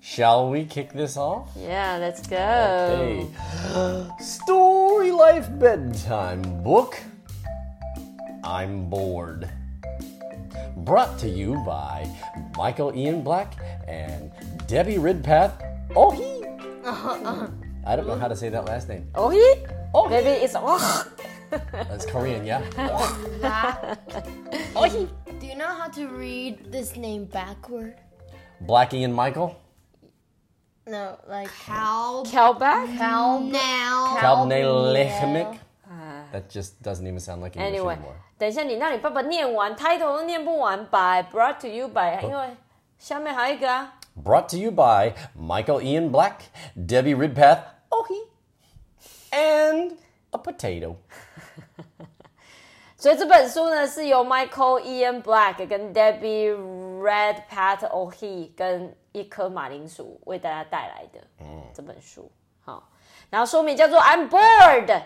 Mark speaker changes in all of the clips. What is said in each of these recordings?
Speaker 1: Shall we kick this off?
Speaker 2: Yeah, let's go.
Speaker 1: Hey. Story Life Bedtime Book I'm Bored. Brought to you by Michael Ian Black and Debbie Ridpath. Oh, he. I don't know how to say that last name.
Speaker 2: Uh-huh, Oh, he?
Speaker 1: Oh,
Speaker 2: Maybe it's oh.
Speaker 1: That's Korean, yeah?
Speaker 3: Do you know how to read this name backward?
Speaker 1: Black Ian Michael.
Speaker 3: No, like how
Speaker 2: Kelback?
Speaker 3: how now
Speaker 1: Kalbne Lechemik. That just doesn't even sound like English
Speaker 2: Anyway,
Speaker 1: anymore.
Speaker 2: 等一下你让你爸爸念完，title 都念不完，by brought to you by，因为下面还有一个啊。
Speaker 1: Brought to you by Michael Ian Black, Debbie Ridpath, oh he, and a potato.
Speaker 2: 所以这本书呢是由 Michael Ian Black 跟 Debbie Red Pat O'Hee 跟一颗马铃薯为大家带来的这本书。好，然后书名叫做《I'm Bored》，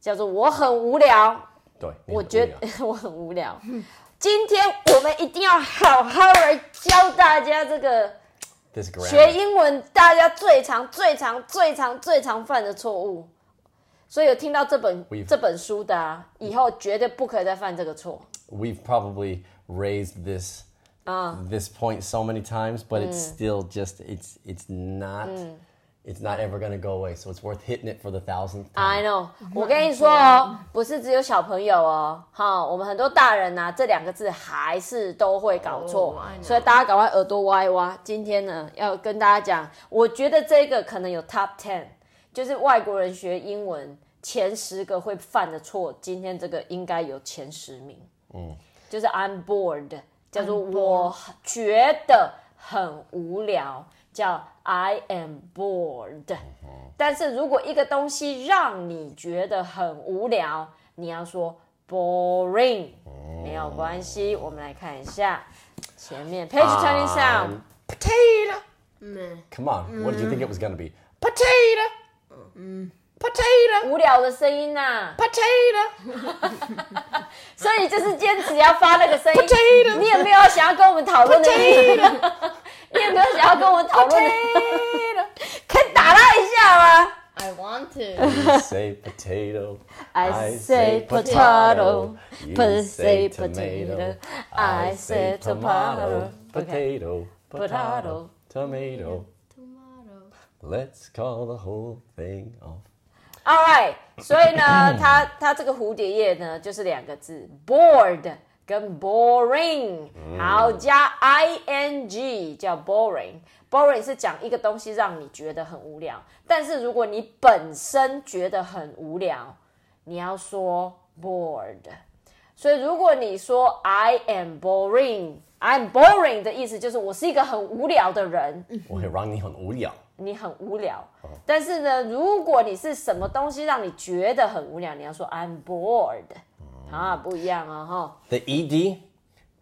Speaker 2: 叫做我很无聊。
Speaker 1: 对，
Speaker 2: 我觉得 我很无聊。今天我们一定要好好来教大家这个
Speaker 1: this
Speaker 2: 学
Speaker 1: grammar.
Speaker 2: 英文大家最常、最常、最常、最常犯的错误。所以有听到这本
Speaker 1: We've-
Speaker 2: 这本书的啊，以后绝对不可以再犯这个错。
Speaker 1: We've probably raised this this point so many times, but it's still just it's it's not it's not ever gonna go away. So it's worth hitting it for the thousandth
Speaker 2: I
Speaker 1: time.
Speaker 2: know，我
Speaker 3: 嗯
Speaker 2: 跟你说哦，不是只有小朋友哦，哈，我们很多大人呐、这两个字还是都会搞错
Speaker 3: Oh, I know.
Speaker 2: 所以大家赶快耳朵挖一挖。今天呢，要跟大家讲，我觉得这个可能有 top ten，就是外国人学英文前十个会犯的错，今天这个应该有前十名。就是 I'm bored，叫做我觉得很无聊，叫 I am bored。但是如果一个东西让你觉得很无聊，你要说 boring，没
Speaker 1: 哦
Speaker 2: 有关系。我们来看一下前
Speaker 1: 啊
Speaker 2: 面 page twenty seven，
Speaker 1: Potato.
Speaker 3: Meh.
Speaker 1: Come on, what did you think it was gonna be? Potato. Potato.
Speaker 2: 无聊的声音呐、
Speaker 1: Potato.
Speaker 2: 所以就是坚持要发那个声音。你有没有想要跟我们讨论的？ 你有没有想要跟我们讨论的？ 可以打他一下吗？
Speaker 3: I want to.
Speaker 1: You say potato.
Speaker 2: I say potato,
Speaker 1: You
Speaker 2: but
Speaker 1: say
Speaker 2: say
Speaker 1: tomato.
Speaker 2: potato.
Speaker 1: I
Speaker 2: I
Speaker 1: say
Speaker 2: say
Speaker 1: tomato.
Speaker 2: tomato.
Speaker 1: Potato. Potato.
Speaker 2: Potato.
Speaker 1: Tomato.
Speaker 3: Tomorrow.
Speaker 1: Let's call the whole thing off.
Speaker 2: All right，所以呢，它它这个蝴蝶叶呢，就是两个字，bored 跟 boring，好加 i n g 叫 boring。boring 是讲一个东西让你觉得很无聊，但是如果你本身觉得很无聊，你要说 bored。所以如果你说 I am boring，I'm boring 的意思就是我是一个很无聊的人。
Speaker 1: Oh, 我会让你很无聊。
Speaker 2: 你很无聊。但是呢，如果你是什么东西让你觉得很无聊，你要说 I'm bored，、啊，不一样啊、哦、哈。
Speaker 1: The ed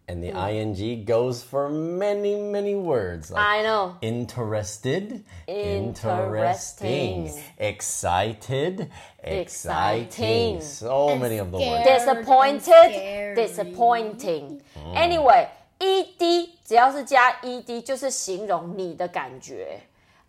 Speaker 1: and the ing goes for many, many words. Like
Speaker 2: I know，
Speaker 1: Interested,
Speaker 2: Interesting.
Speaker 1: interesting, excited,
Speaker 2: Exciting.
Speaker 1: exciting. So many of the
Speaker 3: Scared.
Speaker 1: words.
Speaker 2: disappointed,
Speaker 3: Scary.
Speaker 2: disappointing. Anyway, ed 只要是加 ed 就是形容你的感觉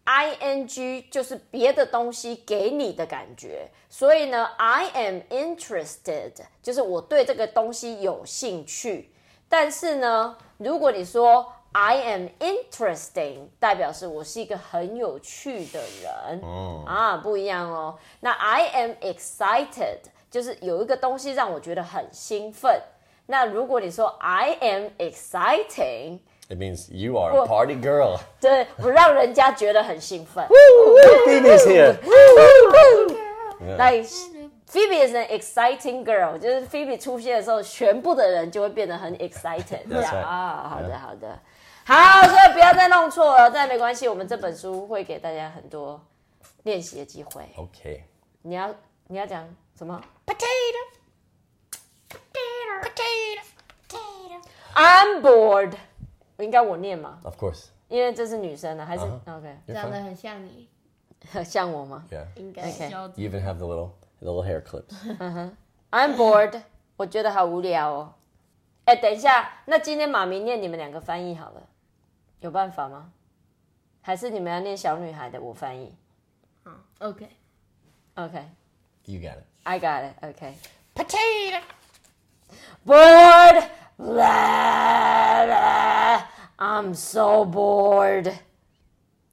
Speaker 2: ，ing 就是别的东西给你的感觉。所以呢，I am interested 就是我对这个东西有兴趣。但是呢，如果你说 I am interesting，代表是我是一个很有趣的人。啊，不一样哦。那 I am excited 就是有一个东西让我觉得很兴奋。那如果你说 I am exciting，
Speaker 1: It means you are a party girl.
Speaker 2: 对我让人家觉得很兴奋。
Speaker 1: Phoebe's here.
Speaker 2: 那 Phoebe is an exciting girl，就是 Phoebe 出现的时候，全部的人就会变得很 excited。这
Speaker 1: right.
Speaker 2: 样啊，好的好的，好，所以不要再弄错了，但没关系，我们这本书会给大家很多练习的机会。
Speaker 1: Okay.
Speaker 2: 你要你要讲什么
Speaker 3: Potato. Potato. Potato. Potato.
Speaker 2: ？I'm bored，应该我念嘛，
Speaker 1: Of course.
Speaker 2: 因为这是女生啊，还是 OK？
Speaker 1: You're fine.
Speaker 3: 长得很像你，
Speaker 2: 像我吗
Speaker 1: Yeah.
Speaker 3: 应该
Speaker 2: Okay.
Speaker 1: You even have the little the little hair clips.
Speaker 2: ？I'm bored，我觉得好无聊哦。哎，等一下，那今天妈咪念你们两个翻译好了，有办法吗？还是你们要念小女孩的？我翻译。
Speaker 3: Okay.
Speaker 2: OK，I、
Speaker 1: You got it.
Speaker 2: got it. OK。
Speaker 3: Potato.
Speaker 2: Bored. Blah, blah, I'm so bored.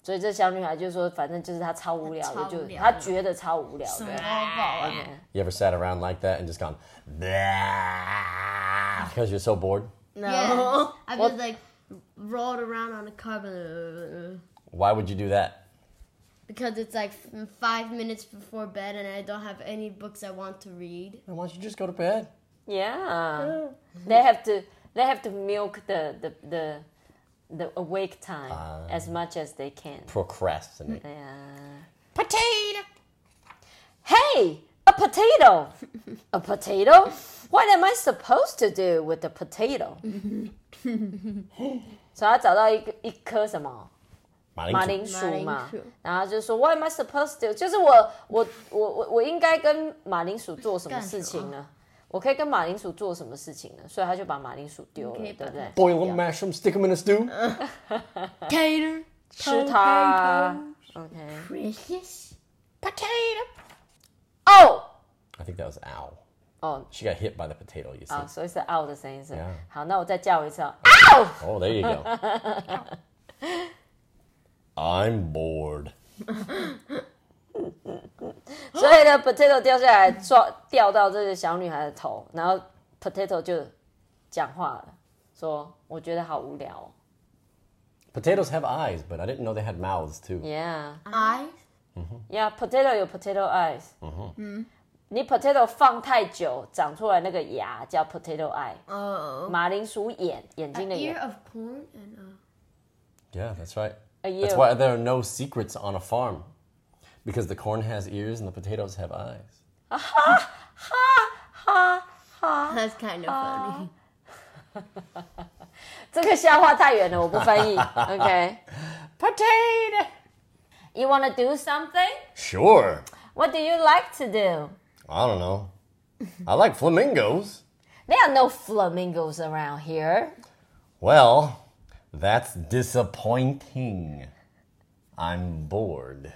Speaker 2: 所以这小女孩就说，反正就是她超无聊的，
Speaker 3: 她超
Speaker 2: 就
Speaker 3: 无聊
Speaker 2: 她觉得超无聊的。嗯
Speaker 1: You ever sat around like that and just gone because you're so bored?
Speaker 3: No. I've just like rolled around on a carpet
Speaker 1: Why would you do that?
Speaker 3: because it's like f- five minutes before bed and I don't have any books I want to read.
Speaker 1: Why don't you just go to bed?
Speaker 2: Yeah. They have to they have to milk the the the, the awake time as much as they can.
Speaker 1: Procrastinate.
Speaker 2: Yeah.
Speaker 3: Potato.
Speaker 2: Hey, a potato. a potato? What am I supposed to do with a potato? 所以他找到一个一颗什么马铃薯嘛
Speaker 3: 马铃薯，
Speaker 2: 然后就说 What am I supposed to？do？就是我我我我我应该跟马铃薯做什么事情呢？我可以跟马铃薯做什么事情呢？所以他就把马铃薯丢了，
Speaker 3: 你可以
Speaker 2: 对
Speaker 3: 把它
Speaker 2: 不对？
Speaker 1: Boil them, mash them, stick them in a stew.
Speaker 3: Tater.
Speaker 2: 吃它。OK。
Speaker 3: Precious.
Speaker 2: Potato。哦
Speaker 1: I think that was ow.
Speaker 2: 哦
Speaker 1: She got hit by the potato, you see.
Speaker 2: 啊，所以是 out 的声音是
Speaker 1: Yeah。
Speaker 2: 好，那我再叫一次哦。
Speaker 1: Oh, there you go. I'm bored.
Speaker 2: 所以呢，potato 掉下来，抓掉到这个小女孩的头，然后 potato 就讲话了，说我觉得好无聊哦。
Speaker 1: Potatoes have eyes, but I didn't know they had mouths too.
Speaker 2: Yeah。
Speaker 3: I.
Speaker 2: Yeah, potato 有 potato eyes。嗯你 potato 放太久，长出来那个芽叫 potato eye，
Speaker 3: Oh.
Speaker 2: 马铃薯眼，眼
Speaker 3: A
Speaker 2: 睛的
Speaker 3: ear
Speaker 2: 眼。
Speaker 3: of corn and uh,
Speaker 1: Yeah, that's right.
Speaker 2: A
Speaker 1: That's
Speaker 2: ear.
Speaker 1: why there are no secrets on a farm. Because the corn has ears and the potatoes have eyes.
Speaker 2: 哈哈，
Speaker 3: that's kind of funny.
Speaker 2: 这个笑话太远了，我不翻译。OK。Potato. You wanna do something?
Speaker 1: Sure.
Speaker 2: What do you like to do?
Speaker 1: I don't know. I like flamingos.
Speaker 2: There are no flamingos around here.
Speaker 1: Well, that's disappointing. I'm bored.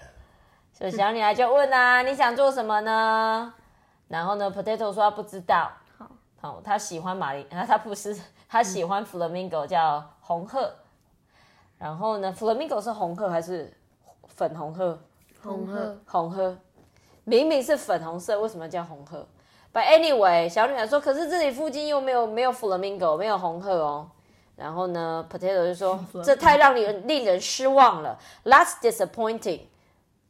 Speaker 2: 所以小女孩就问啊，你想做什么呢？然后呢，Potato 说他不知道。
Speaker 3: 好，
Speaker 2: 好，他喜欢马林，啊，他不是，他喜欢 flamingo 叫红鹤。然后呢，flamingo 是红鹤还是粉红鹤？
Speaker 3: Hong
Speaker 2: 红鹤，明明是粉红色，为什么叫红鹤？But anyway，小女孩说，可是这里附近又没有没有 flamingo，没有红鹤哦。然后呢，Potato 就说，这太让人令人失望了，That's disappointing，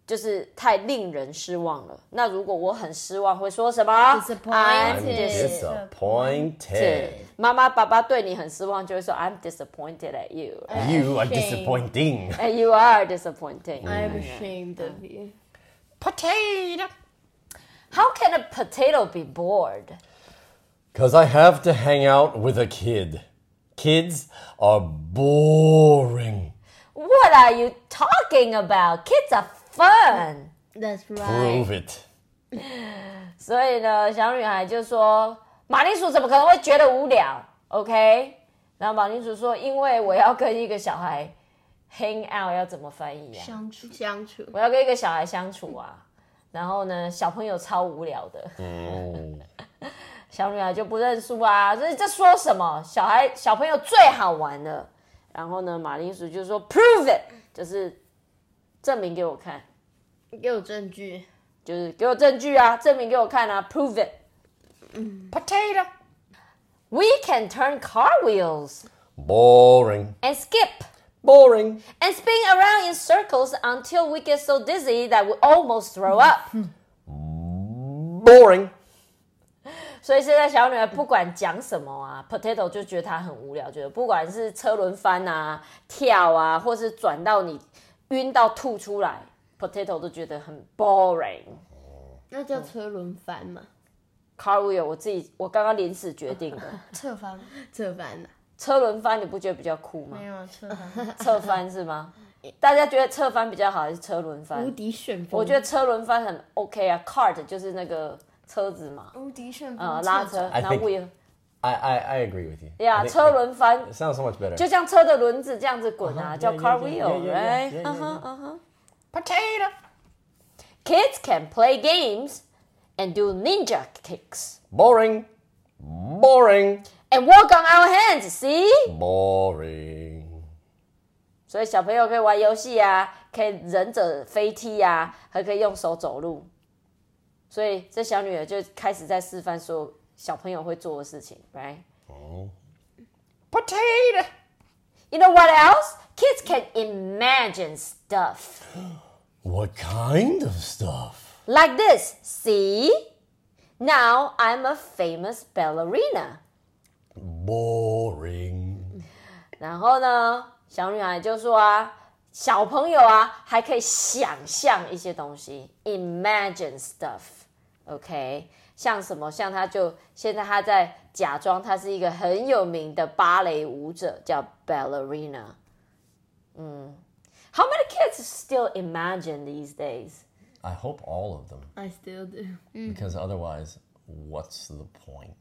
Speaker 2: 就是太令人失望了。那如果我很失望，会说什么
Speaker 3: Disappointed
Speaker 1: I'm
Speaker 3: Dis-
Speaker 1: disappointed.
Speaker 2: 妈妈、爸爸对你很失望，就会说 I'm disappointed at you.
Speaker 1: You are
Speaker 3: Shame.
Speaker 1: disappointing.
Speaker 2: And you are disappointing.
Speaker 3: I'm ashamed of you.
Speaker 2: Potato. How can a potato be bored?
Speaker 1: Because I have to hang out with a kid. Kids are boring.
Speaker 2: What are you talking about? Kids are fun.
Speaker 3: That's right.
Speaker 1: Prove it.
Speaker 2: 所以呢，小女孩就说：“马铃薯怎么可能会觉得无聊？”OK。然后马铃薯说：“因为我要跟一个小孩 hang out，要怎么翻译啊？
Speaker 3: 相处相处。
Speaker 2: 我要跟一个小孩相处啊。”然后呢，小朋友超无聊的。
Speaker 1: Oh.
Speaker 2: 小女孩就不认输啊！这这说什么？小孩小朋友最好玩了。然后呢，马铃薯就说 “prove it”，就是证明给我看，
Speaker 3: 给我证据。
Speaker 2: 就是给我证据啊，证明给我看啊，prove it。Potato。We can turn car wheels
Speaker 1: Boring.
Speaker 2: and skip
Speaker 1: Boring.
Speaker 2: and spin around in circles until we get so dizzy that we almost throw up。
Speaker 1: Boring.
Speaker 2: 所以现在小女儿不管讲什么啊，Potato 就觉得她很无聊，觉得不管是车轮翻啊、跳啊，或是转到你晕到吐出来，Potato 都觉得很 boring。
Speaker 3: 那叫车轮翻吗？
Speaker 2: Car wheel 我自己我刚刚临时决 定的，
Speaker 3: 侧翻，侧翻的、
Speaker 2: 车轮翻你不觉得比较酷吗？
Speaker 3: 有侧翻，
Speaker 2: 侧翻是吗？大家觉得侧翻比较好还是车轮翻
Speaker 3: 无？敌旋风。
Speaker 2: 我觉得车轮翻很 OK 啊，cart 就是那个车子嘛，
Speaker 3: 无敌旋风、
Speaker 2: 呃，拉车，
Speaker 1: I
Speaker 2: 然后
Speaker 1: think-
Speaker 2: wheel。
Speaker 1: I, I, I agree with you. I
Speaker 2: Yeah，
Speaker 1: think
Speaker 2: 车轮翻
Speaker 1: it sounds so much better.
Speaker 2: 就像车的轮子这样子滚啊
Speaker 1: Uh-huh,
Speaker 2: 叫
Speaker 1: yeah,
Speaker 2: car
Speaker 1: yeah, yeah, yeah, yeah, yeah,
Speaker 2: wheel，right？
Speaker 1: yeah,
Speaker 2: 嗯 哼嗯哼。
Speaker 1: potato.
Speaker 2: Kids can play games and do ninja kicks
Speaker 1: Boring. Boring.
Speaker 2: and work on our hands. See？
Speaker 1: Boring.
Speaker 2: 所以小朋友可以玩游戏啊，可以忍者飞踢啊，还可以用手走路。所以这小女儿就开始在示范所有小朋友会做的事情，right？
Speaker 1: Potato.
Speaker 2: You know what else? Kids can imagine stuff
Speaker 1: What kind of stuff?
Speaker 2: like this. See? Now I'm a famous ballerina.
Speaker 1: Boring.
Speaker 2: 然后呢，小女孩就说啊，小朋友啊，还可以想象一些东西，imagine stuff，OK，、像什么？像她就现在她在假装她是一个很有名的芭蕾舞者，叫 ballerina。嗯，How many kids still imagine these days？
Speaker 1: I hope all of them,
Speaker 3: I still do.
Speaker 2: Mm.
Speaker 1: because otherwise, what's the point?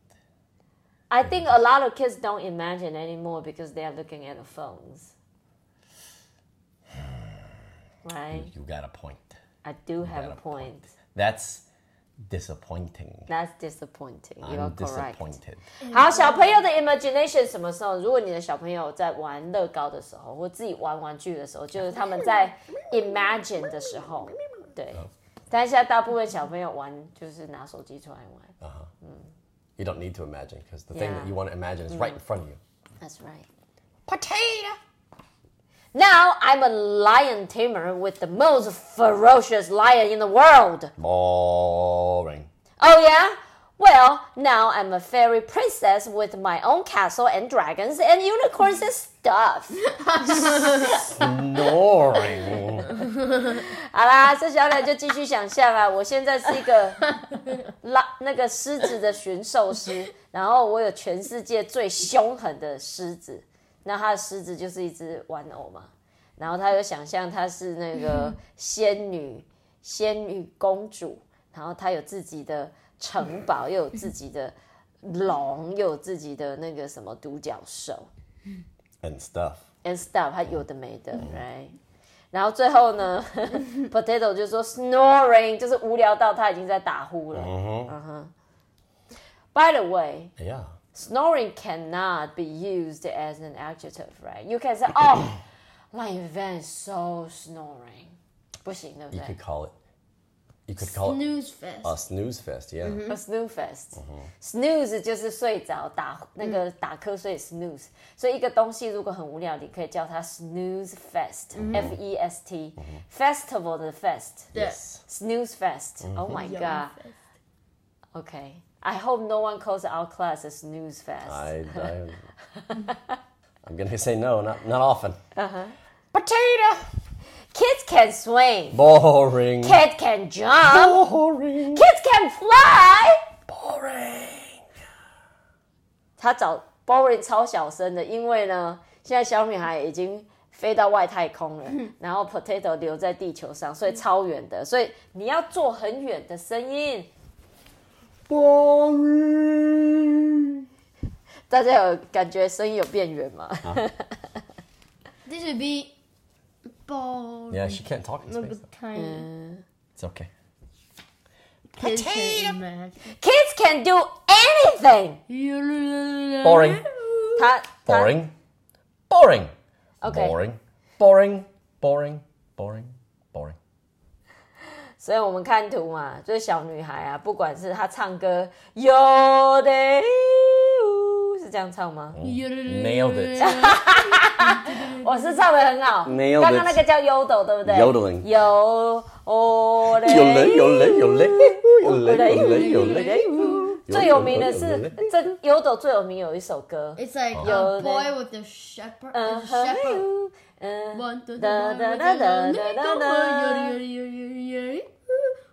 Speaker 2: I think a lot of kids don't imagine anymore because they are looking at the phones. Right?
Speaker 1: You got a point.
Speaker 2: I do have
Speaker 1: got
Speaker 2: a
Speaker 1: a
Speaker 2: point.
Speaker 1: That's disappointing.
Speaker 2: That's disappointing. You are
Speaker 1: I'm
Speaker 2: correct.
Speaker 1: disappointed.
Speaker 2: 好，小朋友的 imagination 什么时候？如果你的小朋友在玩乐高的时候，或自己玩玩具的时候，就是他们在 imagine 的时候，对。但是现在大部分小朋友玩就是拿手机出来玩。
Speaker 1: You don't need to imagine because the thing that
Speaker 2: Yeah. Mm.
Speaker 1: you want to imagine is right in front of you.
Speaker 2: That's right.
Speaker 1: Potato.
Speaker 2: Now I'm a lion tamer with the most ferocious lion in the world.
Speaker 1: Boring.
Speaker 2: Oh yeah? Well, now I'm a fairy princess with my own castle and dragons and unicorns and stuff.
Speaker 1: Boring.
Speaker 2: 好啦，这小鸟就继续想象啊！我现在是一个拉那个狮子的驯兽师，然后我有全世界最凶狠的狮子，那它的狮子就是一只玩偶嘛。然后他就想象她是那个仙女，仙女公主，然后她有自己的城堡，又有自己的龙，又有自己的那个什么独角兽。
Speaker 1: and stuff.
Speaker 2: and stuff，它有的没的，right？然后最后 呢，potato 就说 snoring，就是无聊到他已经在打呼了。嗯哼 By the way,
Speaker 1: Yeah.
Speaker 2: snoring cannot be used as an adjective, right? You can say, "Oh, Lion Van is so snoring." 不行，对不
Speaker 1: You
Speaker 2: 对
Speaker 1: could call it. You could call it
Speaker 3: News fest. Oh
Speaker 1: a snooze fest. Yeah.
Speaker 2: A snooze fest. Snooze 就是睡着打那个打瞌睡 snooze，所以一个东西如果很无聊，你可以叫它 snooze fest，F E S T festival 的 fest，snooze
Speaker 1: Yes.
Speaker 2: fest。Oh my god. Okay. I hope no one calls our class a snooze fest.
Speaker 1: I. I I'm gonna say no. Not not often.
Speaker 2: Potato. Kids can swim.
Speaker 1: Boring.
Speaker 2: Kids can jump.
Speaker 1: Boring.
Speaker 2: Kids can fly.
Speaker 1: Boring.
Speaker 2: 他找 Boring 超小声的，因为呢，现在小女孩已经飞到外太空了，然后 Potato 留在地球上，所以超远的，所以你要做很远的声音。
Speaker 1: Boring.
Speaker 2: 大家有感觉声音有变远吗？
Speaker 3: This would be ball.
Speaker 1: Yeah, she can't talk in
Speaker 3: Look
Speaker 1: space.
Speaker 3: at tiny.
Speaker 1: It's okay.
Speaker 3: Kids can imagine.
Speaker 2: Kids can do anything
Speaker 1: ，Boring
Speaker 2: 他。他
Speaker 1: Boring. Boring.
Speaker 2: OK
Speaker 1: Boring. Boring. Boring. Boring. Boring.
Speaker 2: 所以我们看图嘛，就是小女孩啊，不管是她唱歌有的是这样唱吗？
Speaker 1: Nailed it.
Speaker 2: 我是唱的很好，
Speaker 1: Nailed it
Speaker 2: 刚刚那个叫 yodel 对不对
Speaker 1: Yodeling
Speaker 2: 有哦嘞，最有名的是这 Yodo 最有名有一首歌，
Speaker 3: It's like
Speaker 1: Oh.
Speaker 2: Yo,
Speaker 3: a
Speaker 2: they-
Speaker 3: boy with the shepherd. Uh,
Speaker 2: 嗯哼
Speaker 3: shepherd.
Speaker 2: 嗯
Speaker 3: One to the
Speaker 2: Da,
Speaker 3: young,
Speaker 2: da, da,
Speaker 3: with the
Speaker 2: da,
Speaker 3: young,
Speaker 2: da,
Speaker 3: they
Speaker 2: da,
Speaker 3: go,
Speaker 2: da.
Speaker 3: yodel, yodel, yodel, yodel.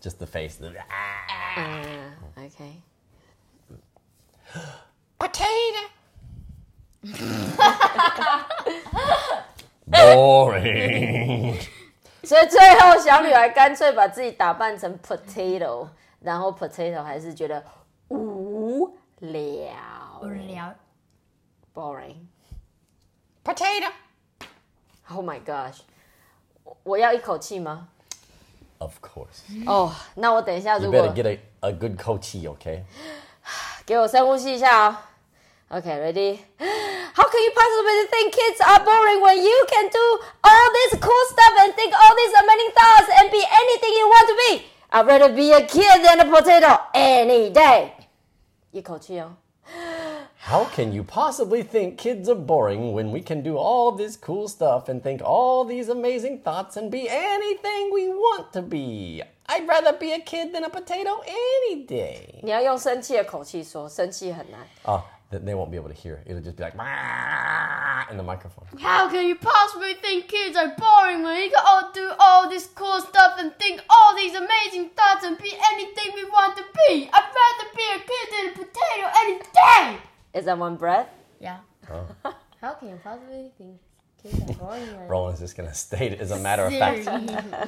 Speaker 1: Just the face. The, ah.
Speaker 2: 嗯，OK，
Speaker 1: Potato. Boring.
Speaker 2: 所以最后小女孩干脆把自己打扮成 potato，然后 potato 还是觉得无聊
Speaker 3: 无聊。
Speaker 2: boring。
Speaker 1: Potato.
Speaker 2: Oh my gosh，我我要一口气吗？
Speaker 1: Of course.
Speaker 2: 哦、那我等一下
Speaker 1: You
Speaker 2: 如
Speaker 1: better
Speaker 2: 果
Speaker 1: get a, a good coachee, okay?
Speaker 2: 给我深呼吸一下哦。Okay, ready? How can you possibly think kids are boring when you can do all this cool stuff and think all these amazing thoughts and be anything you want to be? I'd rather be a kid than a potato any day. 一口气哦。
Speaker 1: How can you possibly think kids are boring when we can do all this cool stuff and think all these amazing thoughts and be anything we want to be? I'd rather be a kid than a potato any day.
Speaker 2: 你要用生气的口气说，生气很难。
Speaker 1: Oh, th- they won't be able to hear. It'll just be like "Wah," in the microphone.
Speaker 3: How can you possibly think kids are boring when you can all do all this cool stuff and think all these amazing thoughts and be anything we want to be? I'd rather be a kid than a potato any day!
Speaker 2: Is that one breath?
Speaker 3: Yeah. How can you possibly think kids are boring when
Speaker 1: Roland's just gonna state it as a matter of fact.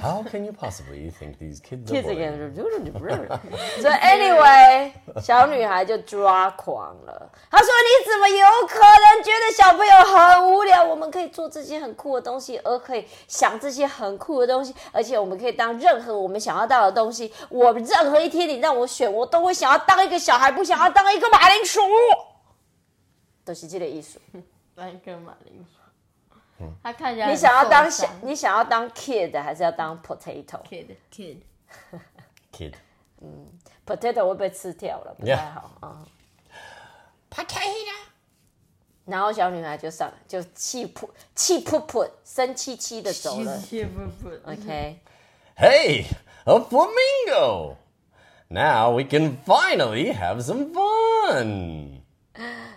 Speaker 1: How can you possibly think these kids are
Speaker 2: Kids
Speaker 1: boring?
Speaker 2: again. So anyway，小女孩就抓狂了。她说：“你怎么有可能觉得小朋友很无聊？我们可以做这些很酷的东西，而可以想这些很酷的东西，而且我们可以当任何我们想要当的东西。我任何一天你让我选，我都会想要当一个小孩，不想要当一个马铃薯。”都是这个意思。
Speaker 3: like a 马铃薯？他看起来
Speaker 2: 你想要当小，你想要当 kid 还是要当 potato？
Speaker 3: kid kid
Speaker 1: Kid.
Speaker 2: potato 会被吃掉了，不
Speaker 1: Yeah.
Speaker 2: 太好啊。
Speaker 1: Potato.
Speaker 2: 然后小女孩就上就气噗气噗噗，生气气的走了。OK，
Speaker 1: Hey, a flamingo! Now we can finally have some fun!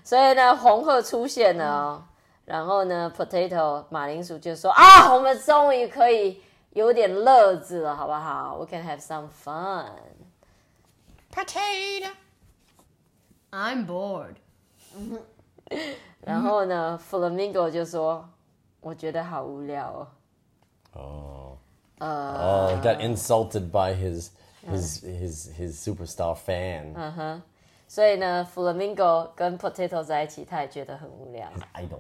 Speaker 2: 所以呢，红鹤出现了哦。然后呢，potato 马铃薯就说啊，我们终于可以有点乐子了，好不好？We can have some fun。
Speaker 1: Potato!
Speaker 3: I'm bored.
Speaker 2: 然后呢，flamingo 就说，我觉得好无聊哦。
Speaker 1: Oh. oh, got insulted by his his his his superstar fan.
Speaker 2: Uh. 所以呢，flamingo 跟 potato 在一起，他也觉得很无聊。
Speaker 1: Idol.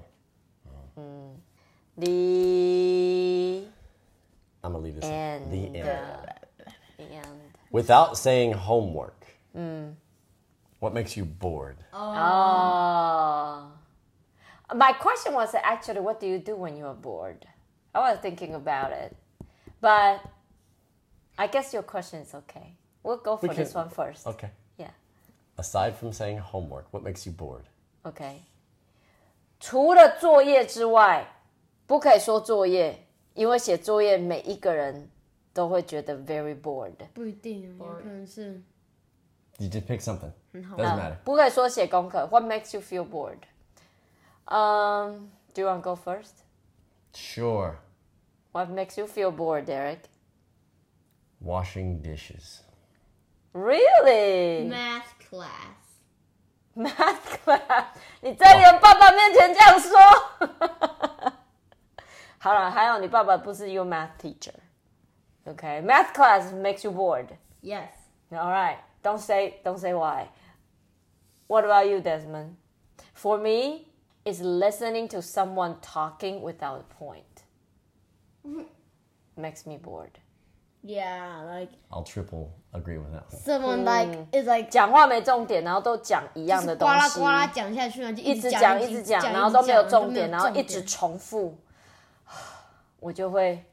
Speaker 2: 你
Speaker 1: I'm gonna leave this
Speaker 2: And,
Speaker 1: the end.
Speaker 2: and
Speaker 1: Without saying homework.
Speaker 2: Mm.
Speaker 1: What makes you bored?
Speaker 2: Oh. My question was actually, what do you do when you are bored? I was thinking about it, but I guess your question is okay. We'll go for
Speaker 1: We
Speaker 2: this
Speaker 1: can-
Speaker 2: one first.
Speaker 1: Okay.
Speaker 2: Yeah.
Speaker 1: Aside from saying homework, what makes you bored?
Speaker 2: Okay. 除了作业之外，不可以说作业，因为写作业每一个人都会觉得 very bored。
Speaker 3: 不一定，有可能是
Speaker 1: You just pick something. Doesn't matter.
Speaker 2: 不可以说写功课。What makes you feel bored? Um, do you want to go first?
Speaker 1: Sure.
Speaker 2: What makes you feel bored, Derek?
Speaker 1: Washing dishes.
Speaker 2: Really?
Speaker 3: math class.
Speaker 2: Math class，你 在你爸爸面前这样说？ 好了，还好你爸爸不是 your math teacher。OK，math、class makes you bored。
Speaker 3: Yes.
Speaker 2: All right. Don't say don't say why. What about you, Desmond? For me, it's listening to someone talking without a point.
Speaker 3: Mm-hmm.
Speaker 2: Makes me bored.
Speaker 3: Yeah, like
Speaker 1: I'll triple agree with that one.
Speaker 3: someone like is like
Speaker 2: 讲话没重点，然后都讲一样的
Speaker 3: 是
Speaker 2: 东
Speaker 3: 呱啦
Speaker 2: 西，
Speaker 3: 呱啦讲下去，然后就
Speaker 2: 一直
Speaker 3: 直
Speaker 2: 讲
Speaker 3: 讲
Speaker 2: 一直
Speaker 3: 直
Speaker 2: 讲，
Speaker 3: 讲
Speaker 2: 然后都没有重点，
Speaker 3: 点，
Speaker 2: 然后一直重复， 我就会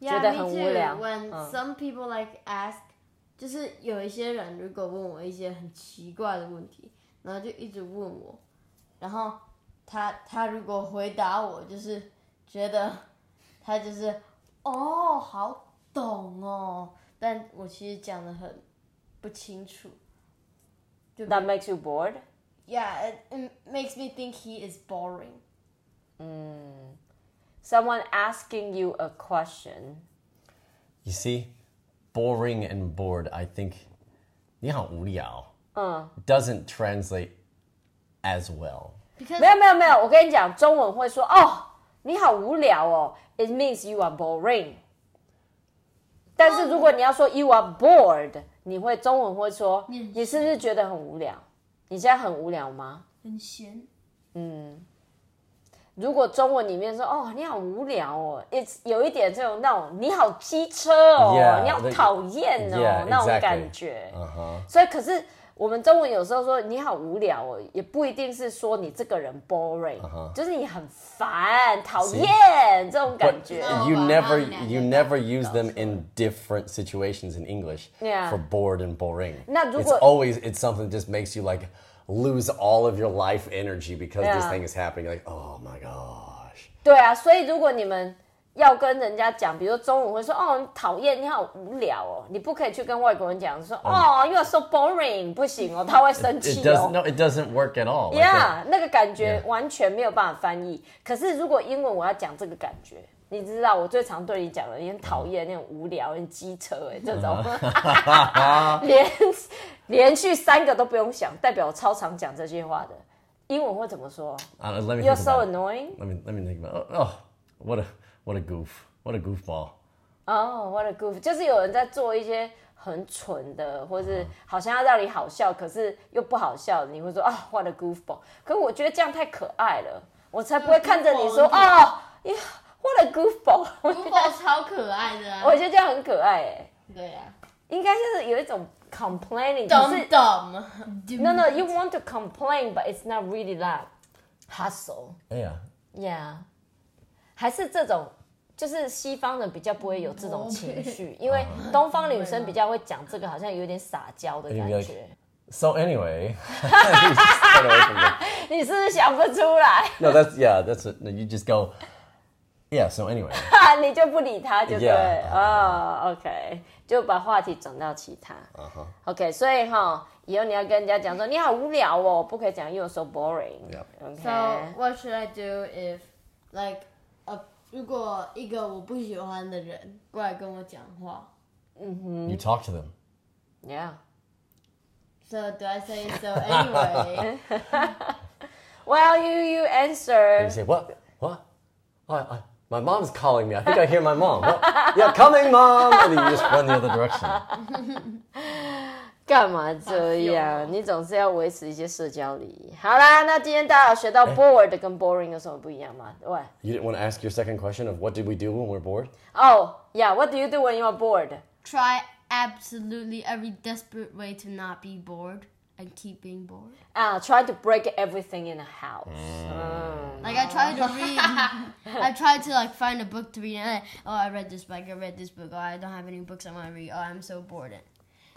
Speaker 3: 觉
Speaker 2: 得很无聊
Speaker 3: When
Speaker 2: 嗯
Speaker 3: some people like ask，就是有一些人如果问我一些很奇怪的问题，然后就一直问我，然后他他如果回答我，就是觉得他就是哦好懂哦，但我其实讲的很不清楚。
Speaker 2: That makes you bored.
Speaker 3: Yeah, it, it makes me think he is boring.
Speaker 2: Someone asking you a question.
Speaker 1: You see, boring and bored, I think 你好无聊
Speaker 2: 嗯
Speaker 1: doesn't translate as well.
Speaker 2: 没有没有没有，我跟你讲，中文会说哦，你好无聊哦，It means you are boring。但是如果你要说 you are bored，你会中文会说
Speaker 3: 嗯
Speaker 2: 你是不是觉得很无聊？你现在很无聊吗？
Speaker 3: 很闲。
Speaker 2: 如果中文里面说哦，你好无聊哦，It's 有一点这种那种你好机车哦
Speaker 1: Yeah，
Speaker 2: 你好讨厌哦
Speaker 1: Yeah，
Speaker 2: 那种
Speaker 1: exactly
Speaker 2: 感觉。
Speaker 1: Uh-huh.
Speaker 2: 所以可是我们中文有时候说你好无聊哦，也不一定是说你这个人 boring，、就是
Speaker 1: 嗯
Speaker 2: 你很烦、讨厌这种感
Speaker 1: But
Speaker 2: 觉。
Speaker 3: No,
Speaker 1: you
Speaker 3: but
Speaker 1: never
Speaker 3: I'm not
Speaker 1: you
Speaker 3: gonna
Speaker 1: never use them in different situations in English
Speaker 2: Yeah.
Speaker 1: for bored and boring.
Speaker 2: 那如
Speaker 1: it's
Speaker 2: 果-
Speaker 1: always it's something that just makes you like lose all of your life energy because this
Speaker 2: Yeah.
Speaker 1: thing is happening. You're like, oh my gosh.
Speaker 2: 对啊，所以如果你们要跟人家讲，比如说中文会说哦，你讨厌，你好无聊哦，你不可以去跟外国人讲说哦，you are so boring，不行哦，他会生
Speaker 1: 嗯 It
Speaker 2: 气
Speaker 1: doesn't
Speaker 2: 哦。
Speaker 1: no, it doesn't work at all. Like that-
Speaker 2: Yeah，那个感觉完全没有办法翻译。可是如果英文我要讲这个感觉，你知道我最常对你讲的，你很讨厌那种无聊、很机车哎、欸、这种，连连续三个都不用想，代表我超常讲这句话的。英文会怎么说
Speaker 1: Uh, let me
Speaker 2: ？You're
Speaker 1: think
Speaker 2: so
Speaker 1: about it.
Speaker 2: annoying.
Speaker 1: Let me let me think about it. Oh, oh, what a what a goof. What a goofball.
Speaker 2: 哦、w h a t a goof！就是有人在做一些很蠢的，或是好像要让你好笑，可是又不好笑，你会说啊、w h a t a goofball！可我觉得这样太可爱了， 我才不会看着你说
Speaker 3: 嗯
Speaker 2: 哦，呀，what a goofball！我 觉得
Speaker 3: 啊
Speaker 2: 我觉得这样很可爱哎，应该就是有一种 complaining，可是 no no you want to complain but it's not really that hustle。
Speaker 1: Yeah.
Speaker 2: Yeah，还是这种，就是西方人比较不会有这种情绪，因为
Speaker 1: 啊
Speaker 2: 东方女生比较会讲这个，好像有点撒娇的感
Speaker 1: 哎你不要
Speaker 2: 觉。
Speaker 1: So anyway, you just cut away from the-
Speaker 2: 你是不是想不出来？
Speaker 1: no, that's yeah, that's it. No, you just go. Yeah. So anyway,
Speaker 2: 你就不理他就对
Speaker 1: Yeah.
Speaker 2: 啊、o k 就把话题转到其他。OK，所
Speaker 1: Uh-huh
Speaker 2: 以哈，以后你要跟人家讲说你好无聊哦，不可以讲 you're so boring。
Speaker 1: yeah.
Speaker 2: OK，
Speaker 3: So what should I do if like a 如果一个我不喜欢的人过来跟我讲话？So
Speaker 1: You talk to them.
Speaker 2: yeah。
Speaker 3: do I say so anyway?
Speaker 2: Well, you you answer.
Speaker 1: You say what? What? I, I, my mom's calling me. I think I hear my mom. What? Yeah, coming, mom. And then you just run the other direction.
Speaker 2: 干嘛这
Speaker 3: 好
Speaker 2: 样？
Speaker 3: 凶哦
Speaker 2: 你总是要维持一些社交礼仪。好啦，那今天大家有学到
Speaker 1: 哎
Speaker 2: bored 跟 boring 有什么不一样吗？喂，
Speaker 1: You didn't want to ask your second question of what did we do when we're bored?
Speaker 2: 哦、y e a h w h a t do you do when you are bored？
Speaker 3: Try absolutely every desperate way to not be bored and keep being bored.
Speaker 2: 啊、t r y to break everything in the house。
Speaker 1: Mm.
Speaker 3: Like I tried to read, I tried to like find a book to read, and I, oh, I read this book, I read this book. Oh, I don't have any books I want to read. Oh, I'm so bored.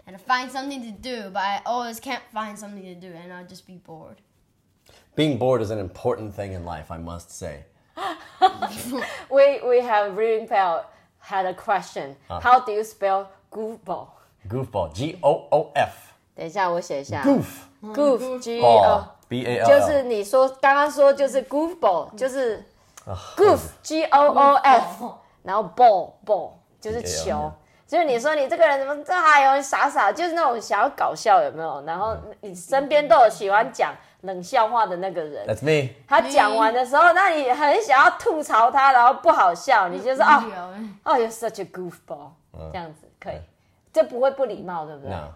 Speaker 3: And I find something to do, but I always can't find something to do, and I'll just be bored.
Speaker 1: Being bored is an important thing in life, I must say.
Speaker 2: Mm. We we have reading pal had a question.、How
Speaker 1: Ah.
Speaker 2: do you spell goofball？
Speaker 1: Goofball. G O O F.
Speaker 2: 等一下，我写一下。
Speaker 1: Goof.
Speaker 2: goof g o
Speaker 1: Ball. B A L.
Speaker 2: 就是你说刚刚说就是 goofball，就是 goof g o o f，然后 ball ball 就是球
Speaker 1: Yeah.。
Speaker 2: 就是你说你这个人怎么这还有傻傻，就是那种想要搞笑有没有？然后你身边都有喜欢讲冷笑话的那个人，
Speaker 1: That's me.
Speaker 2: 他讲完的时候，那你很想要吐槽他，然后不好笑，你就说哦哦，you're such a goofball，这样子可以，这不会不礼貌，对不对？
Speaker 1: No.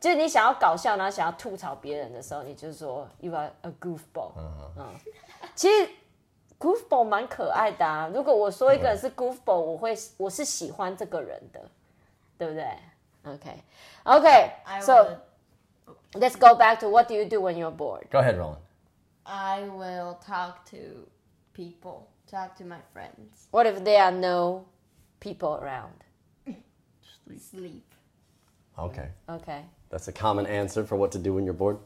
Speaker 2: 就是你想要搞笑，然后想要吐槽别人的时候，你就说 you are a goofball。嗯其实 goofball 蛮可爱的啊。如果我说一个人是 goofball，我会我是喜欢这个人的，对不对？OK OK
Speaker 3: I
Speaker 2: so
Speaker 3: will,
Speaker 2: let's go back to what do you do when you're bored?
Speaker 1: Go ahead, Roland.
Speaker 3: I will talk to people, talk to my friends,
Speaker 2: What if there are no people around?
Speaker 3: sleep. sleep.
Speaker 1: Okay.
Speaker 2: OK
Speaker 1: That's a common answer for what to do when you're bored.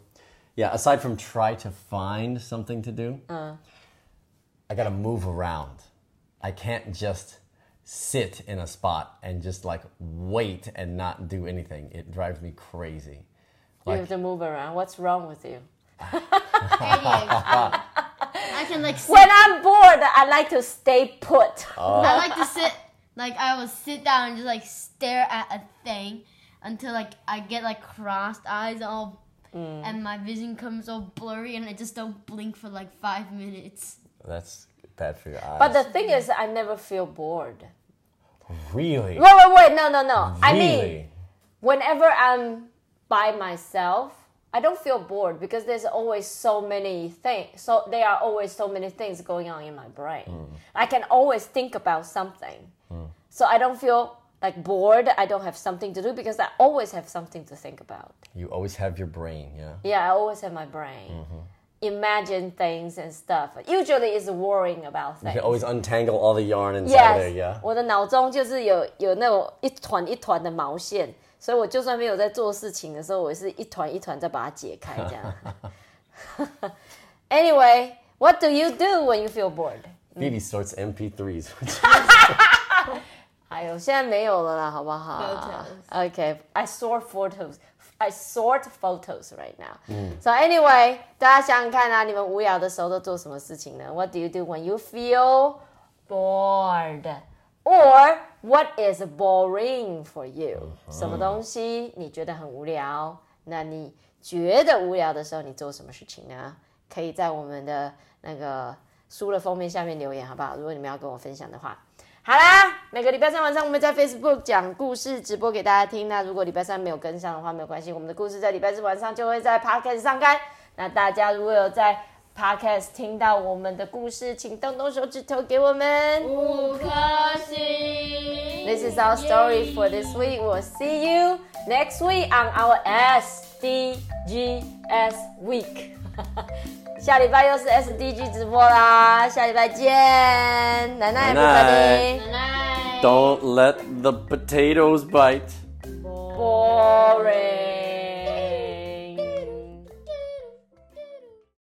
Speaker 1: Yeah, aside from try to find Uh. something to do, I gotta move around. I can't just sit in a spot and just like wait and not do anything. It drives me crazy.
Speaker 2: You have to move around. What's wrong with you?
Speaker 3: ADHD. I can like sit.
Speaker 2: When I'm bored, I like to stay put.
Speaker 3: I like to sit. Like I will sit down and just like stare at a thing until like I get like crossed eyes all,
Speaker 2: Mm.
Speaker 3: and my vision comes all blurry and I just don't blink for like five minutes.
Speaker 1: That's bad for your eyes.
Speaker 2: But the thing is, I never feel bored.
Speaker 1: really,
Speaker 2: Wait, wait, wait. No, no, no. I mean,
Speaker 1: really,
Speaker 2: whenever I'm by myself, I don't feel bored because there's always so many things. So there are always so many things going on in my brain. I can always think about something. So I don't feel like bored. I don't have something to do because I always have something to think about.
Speaker 1: you always have your brain. Yeah.
Speaker 2: Yeah, I always have my brain. Imagine things and stuff. Usually it's worrying about
Speaker 1: You
Speaker 2: things.
Speaker 1: can always untangle all the yarn inside there. Yeah.
Speaker 2: 我的脑中就是有有那种一团一团的毛线，所以我就算没有在做事情的时候，我也是一团一团再把它解开这样。anyway, what do you do when you feel bored？
Speaker 1: Phoebe sorts MP3s.
Speaker 2: 哎呦，现在没有了啦，好不好 Okay, I sort photos. I sort photos right now. So anyway，大家想想看啊，你们无聊的时候都做什么事情呢？What do you do when you feel bored? Or what is boring for you？、什么东西你觉得很无聊？那你觉得无聊的时候，你做什么事情呢？可以在我们的那个书的封面下面留言，好不好？如果你们要跟我分享的话。好啦，每个礼拜三晚上我们在 Facebook 讲故事直播给大家听。那如果礼拜三没有跟上的话，没有关系，我们的故事在礼拜四晚上就会在 Podcast 上刊。那大家如果有在 Podcast 听到我们的故事，请动动手指头给我们。This is our story for this week. We'll see you next week on our SDGs week. 下礼拜又是 SDG 直播啦，下礼拜见，奶奶也不
Speaker 1: 奶奶
Speaker 2: 等你。
Speaker 3: Night.
Speaker 1: Don't let the potatoes bite.